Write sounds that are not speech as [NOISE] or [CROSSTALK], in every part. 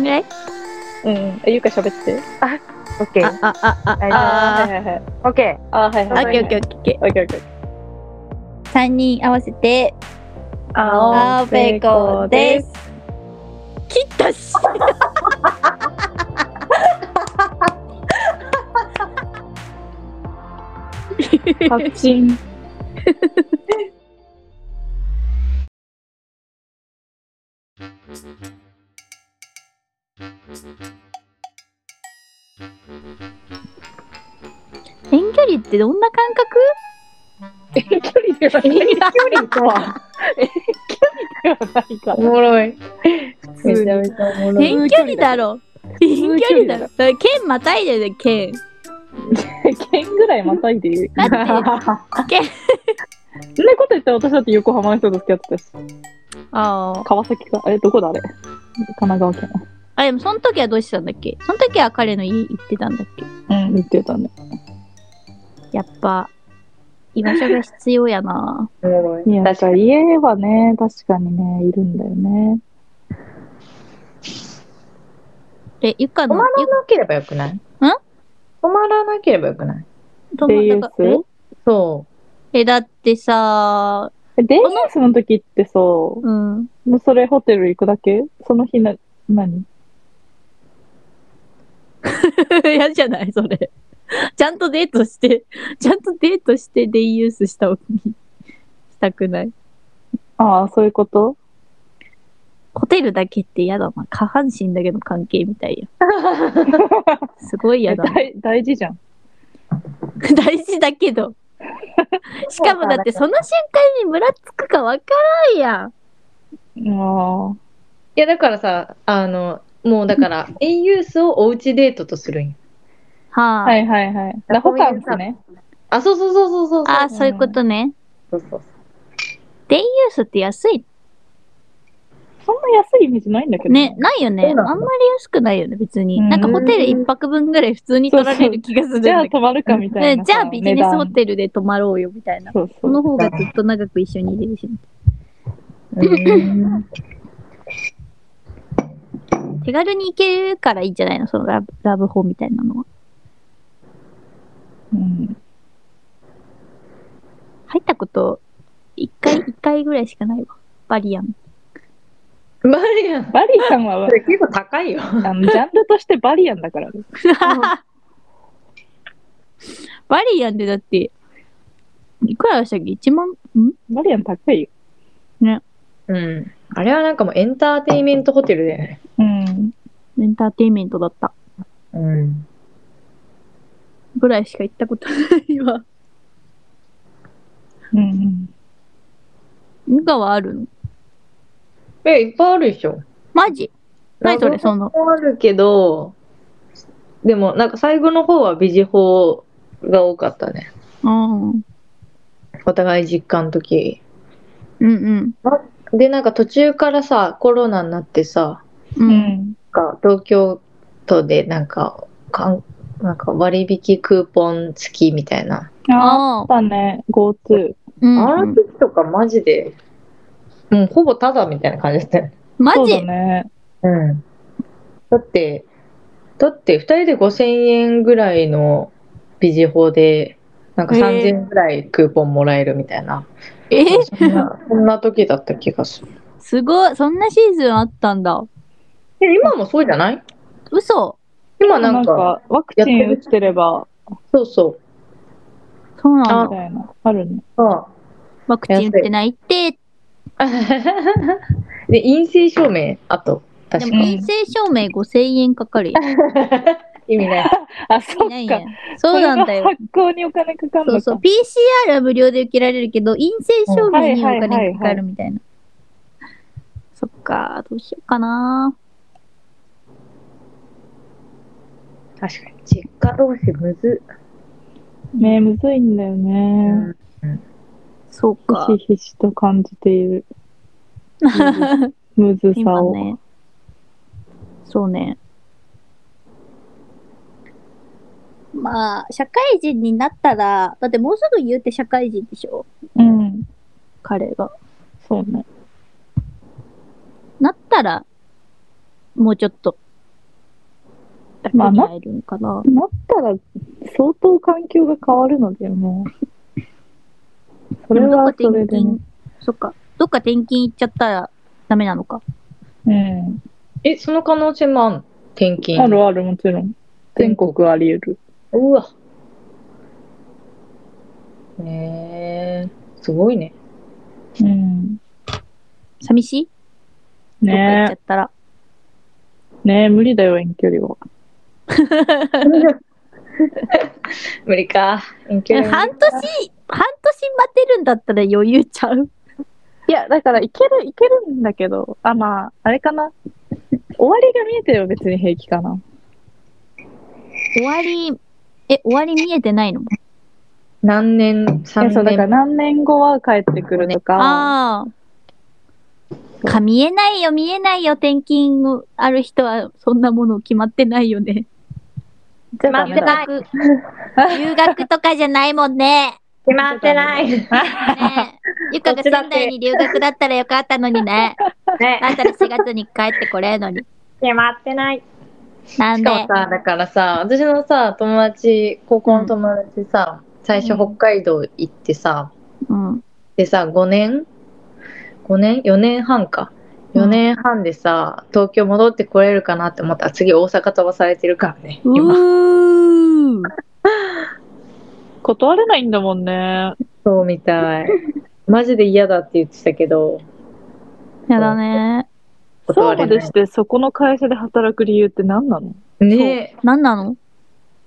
ね。うん。えゆか喋って。オッケー。あ、あ、あ、あ、はあいはいはい。オッケー。あはいー。オはい。ッケーオッケーオッケーオッケオッケーオッケー。ー。三人合わせて、青べべここで。です切ったし。パチン。遠距離ってどんな感覚遠距離ではない。遠距離とは。遠距離ではないから。もろい。めちゃめちゃおもろい。遠距離だろ。遠距離だろ。だから剣またいでね、剣。県ぐらいまたいでいい。だ [LAUGHS] って県。そんなこと言ったら私だって横浜の人と付き合ってたし。ああ。川崎か。え、どこだあれ神奈川県。あ、でもその時はどうしてたんだっけその時は彼の家行ってたんだっけうん。言ってたね。やっぱ、居場所が必要やな。おもろい。いや、確確かかに。家はね、確かにね、いるんだよね。え、ゆか止の、まゆらなければよくないん止まらなければよくないとデイもユだからーそええ、だってさ、スデイユースの時ってさ、もうん。うそれホテル行くだけその日な、何 [LAUGHS] 嫌じゃないそれ。ちゃんとデートして、 [LAUGHS] ちゃんとデートしてデイユースした方がいい。したくない。ああ、そういうことホテルだけって嫌だな。下半身だけの関係みたいや。すごい嫌だな。大大事じゃん。大事だけど。しかもだってその瞬間にムラつくかわからんやん。あう。いや、だからさ、あの、もうだから、遠遊スをおうちデートとするんよ。はあ。あ。はいはいはい。ラホカンスね。あ、そうそうそうそうそうそう。ああ、そういうことね。そうそうそう。デイユースって安い。そんな安いイメージないんだけど。ね、。ないよね。あそうんなのまり安くないよね、別に。うんなんかホテル一泊分ぐらい普通に取られる気がするんだじけゃどあ。泊まるかみたいねな。じゃあビジネスホル。テルで泊まろうよみたいな。そうそそう。の方がずっと長く一緒にいれるし。うん手軽に行けるからいいんじゃないのそのラブラブホみたいなのは。うん。入ったこと、一 [LAUGHS] 回、一回ぐらいしかないわ。バリアン。マリアン。バリさんはそ、れ結構高いよ。あの、ジャンルとしてバリアンだからね。バリアンでだって、いくらでしたっけ ?1 万んバリアン高いよ。うん。あれはなんかもうエンターテインメントホテルだよね。うん。エンターテインメントだった。うん。ぐらいしか行ったことないわ。うんうん。ミカはあるのえ、いっぱいあるでしょ。マジ何それその。あるけど、でもなんか最後の方はビジ法が多かったね。うん。うんお互い実家の時。うん。で、なんか途中からさ、コロナになってさ、う。うんん。なんか東京都でなんか、かんなんか割引クーポン付きみたいな。ああっあ。たね、GoTo。うんあの時とかマジで、もうほぼタダみたいな感じだったよね。マそうジだね。うん。だって、だって2人で5000円ぐらいのビジ法で、なんかへー3000円ぐらいクーポンもらえるみたいな。えそんな、そんな時だった気 [LAUGHS] がする。すごい。そんなシーズンあったんだ。え、今もそうじゃない嘘今ななんんか、か、ワクチン打ってれば、そうそう。そうなあんみだ。たいな。あるね。あワクチン打ってないって、あ [LAUGHS] で、陰性証明、あと、でも確かうん陰性証明5000円かかるよ。 [LAUGHS] 意味ない。あ、そ意味っないやかん。そうなんだこよれ。が発行にお金かかるそのうそう。か。 PCR は無料で受けられるけど、陰性証明におうんはいはいはい金はいかかるみたいな。そっか、どうしようかな。確かに。実家同士むず。ねむずいんだよね。そうかひ。しひしと感じている。むずさ今を。ね。そうね。まあ、社会人になったら、だってもうすぐ言うて社会人でしょうん。彼が。そうね。なったら、もうちょっとだけに会えるんかな。なったら相当環境が変わるので、もう。そでれもどっはかそれ転でね勤、そっか。どっか転勤行っちゃったらダメなのか。うん。え、その可能性もあんの転勤。あるある、もちろん。全国あり得る。うわ。ねえすごいね。うん。寂しいどっか行っちゃねったら。え、ねえ、無理だよ、遠距離は。無理か。遠距半離年、半年待てるんだったら余裕ちゃう。いや、だから、いける、いけるんだけど、あ、まあ、あれかな。終わりが見えてれば別に平気かな。終わり、え、終わり見えてないの何年、3いや、そう、だから年。何年後は帰ってくるとか、ああ。か、見えないよ、見えないよ、転勤ある人は、そんなもの決まってないよね。じゃあダ待メっ留てだた学、留学とかじゃないもんね。決まってない。ねえ。ゆかが仙台に留学だったらよかったのにね。 [LAUGHS] ね、だったら4月に帰ってこれるのに。決まってない。なしんかで。もさ、だからさ、私のさ、友達、高校の友達さ、最初うん北海道行ってさ、うん。でさ、5年 ?5 年 ?4 年半か。4年半でさ、東京戻ってこれるかなって思ったら次大阪飛ばされてるからね。今。うー。断れないんだもんね。そうみ [LAUGHS] たい。マジで嫌だって言ってたけど、やだね。そう断まれでなしい。て、そこの会社で働く理由って何なのねなんなの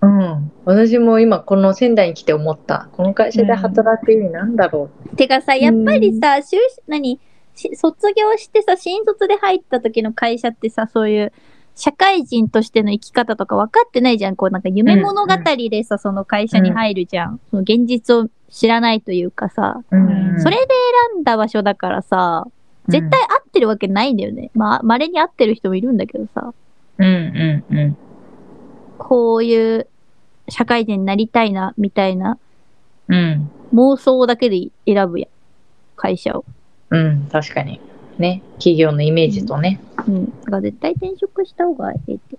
うん。私も今この仙台に来て思った。この会社で働く意味なんだろてかさ、やっぱりさ、就職何し卒業してさ、新卒で入った時の会社ってさ、そういう、社会人としての生き方とか分かってないじゃん。こうなんか夢物語でさ、その会社に入るじゃん。その現実を知らないというかさ、う。うんそれで選んだ場所だからさ、絶対合ってるわけないんだよね。まあ、稀に合ってる人もいるんだけどさ、うんうんうん。こういう社会人になりたいな、みたいなうん。妄想だけで選ぶやん。会社を。うん、確かに。ね。企業のイメージとね。うん。だから絶対転職した方がええって。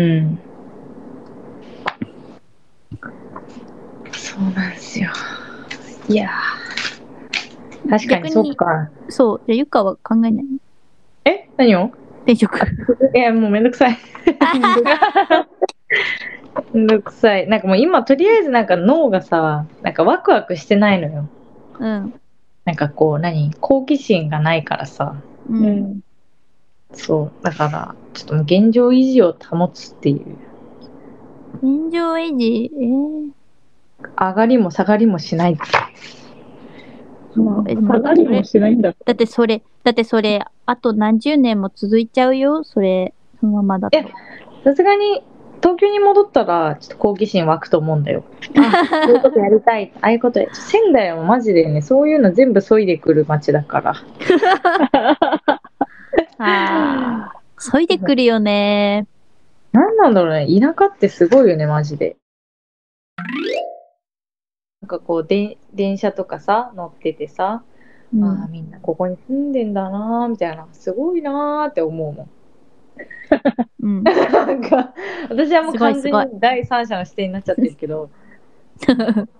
うん。そうなんですよ。いやー確か逆ににそっか。そう。じゃあ、ゆかは考えないえ何を転職。いや、もうめんどくさい。めんどくさい。なんかもう今、とりあえずなんか脳がさ、なんかワクワクしてないのよ。 [LAUGHS] うん。なんかこう、何好奇心がないからさ。う。うんん。そう。だから、ちょっともう現状維持を保つっていう。現状維持、えー上がりも下がりもしないって。そうえでも下がりもしないんだ。だってそれ、だってそれ、あと何十年も続いちゃうよ。それ、そのままだと。えさすがに、東京に戻ったら、ちょっと好奇心湧くと思うんだよ。あ、こういうことやりたい。 [LAUGHS] ああいうことや。仙台はマジでね、そういうの全部削いでくる街だから。ああ。そいでくるよね。なんなんだろうね。田舎ってすごいよね、マジで。なんかこう、で電車とかさ、乗っててさ、うんああ、みんなここに住んでんだなーみたいな、すごいなーって思うもん。うん。なんか、私はもうすごい完全に第三者の視点になっちゃってるけ [LAUGHS] ど、い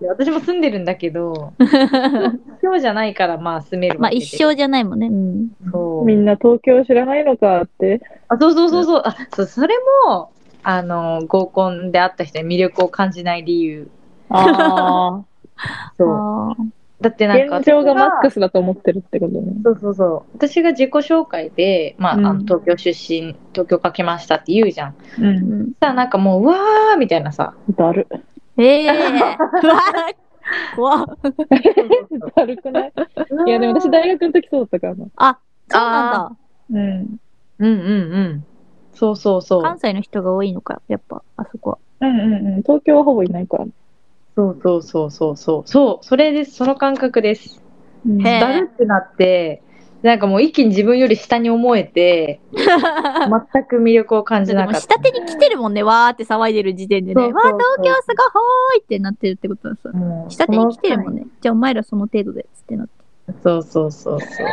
や私も住んでるんだけど、今日じゃないからまあ住めるまわあけで。一生じゃないもんね。うん。そうみんな東京知らないのかって。あそうそうそうそう。あ、そう、それも、あの、合コンで会った人に魅力を感じない理由。ああ。そう。ああ。だってなんか [LAUGHS] 現状がマックススだと思ってるってことね。そうそうそう私が自己紹介で、まあうんあの東京出身東京かけましたって言うじゃんう。うんん。さあなんかもううわーみたい [LAUGHS] なさだる。ええ [LAUGHS] うわ怖っだるくないいいや、でも私大学の時そうだったからな。そうなんうん。うんうんうんそうそうそだ。関う西の人が多いのか、やっぱ、あそこは。うんうんうん。東京はほぼいないから。そうそうそうそうそうそうそれですその感覚ですうんへえだるってなってなんかもう一気に自分より下に思えて [LAUGHS] 全く魅力を感じでなもかっ下た手に来てるもんね、わーって騒いでる時点でね。そうわそうー、そう東京すごいほーいってなってるってことはさ。もう下手に来てるもんね。じゃあお前らその程度で、つってなって。そうそうそうそう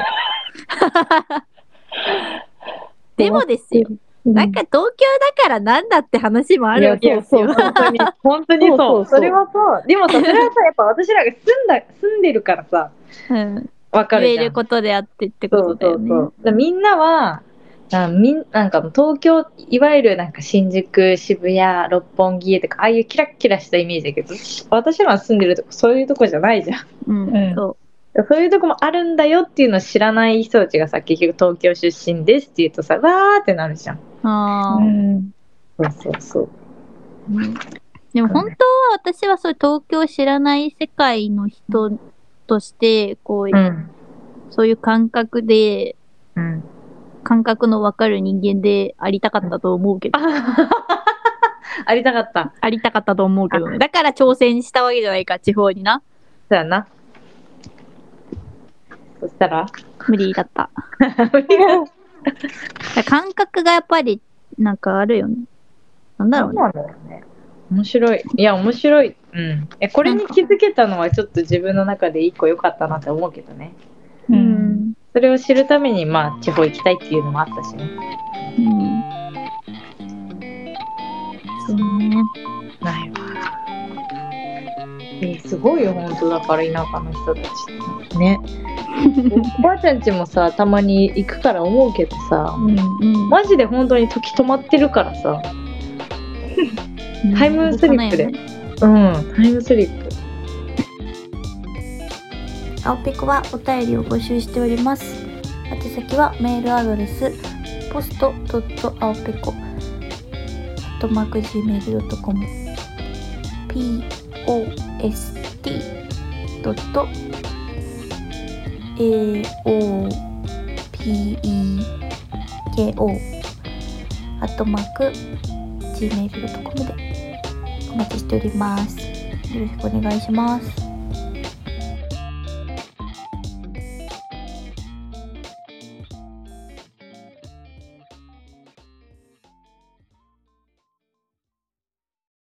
でもですよ。なんか東京だからなんだって話もあるわいけやですよ。本 [LAUGHS] 当に。本当にそう。そそうそうそうれはそう。でもさ、それはさ、やっぱ私らが住んだ、住んでるからさ、うんわか言るえじゃん。ることであってってことそうだそようね。そう。だからみんなは、あみんなんかもう東京、いわゆるなんか新宿、渋谷、六本木とか、ああいうキラッキラしたイメージだけど、私らが住んでるとこ、そういうとこじゃないじゃうん。んうんそそういうとこもあるんだよっていうのを知らない人たちがさ、結局東京出身ですって言うとさ、わーってなるじゃん。うあーん。そうそうそう。 [LAUGHS] でも本当は私はそういう東京を知らない世界の人として、こう、うん。そういう感覚で、うん。 [LAUGHS] 感覚のわかる人間でありたかったと思うけど、ありたかった。ありたかったと思うけどね。だから挑戦したわけじゃないか、地方にな。そうやな。そしたら [LAUGHS] 無理だ [LAUGHS] った。だから感覚がやっぱり、なんかあるよね。なんだろうね。なんだろうね。面白い。いや、面白い。うん。え、これに気づけたのはちょっと自分の中で一個良かったなって思うけどね。う。うんん。それを知るために、まあ、地方行きたいっていうのもあったしね。うん。そうね。ないわ。え、すごいよ、本当だから、田舎の人たちって。 [LAUGHS] ね。おばあちゃんちもさ、たまに行くから思うけどさ、うん。マジで本当に時止まってるからさ。タイムスリップで動かないよねうん、タイムスリップ。青ペコはお便りを募集しております。宛先はメールアドレス post.aopeco.gmail.com post.aopeco.gmail.com gmail.com でお待ちしております。よろしくお願いします。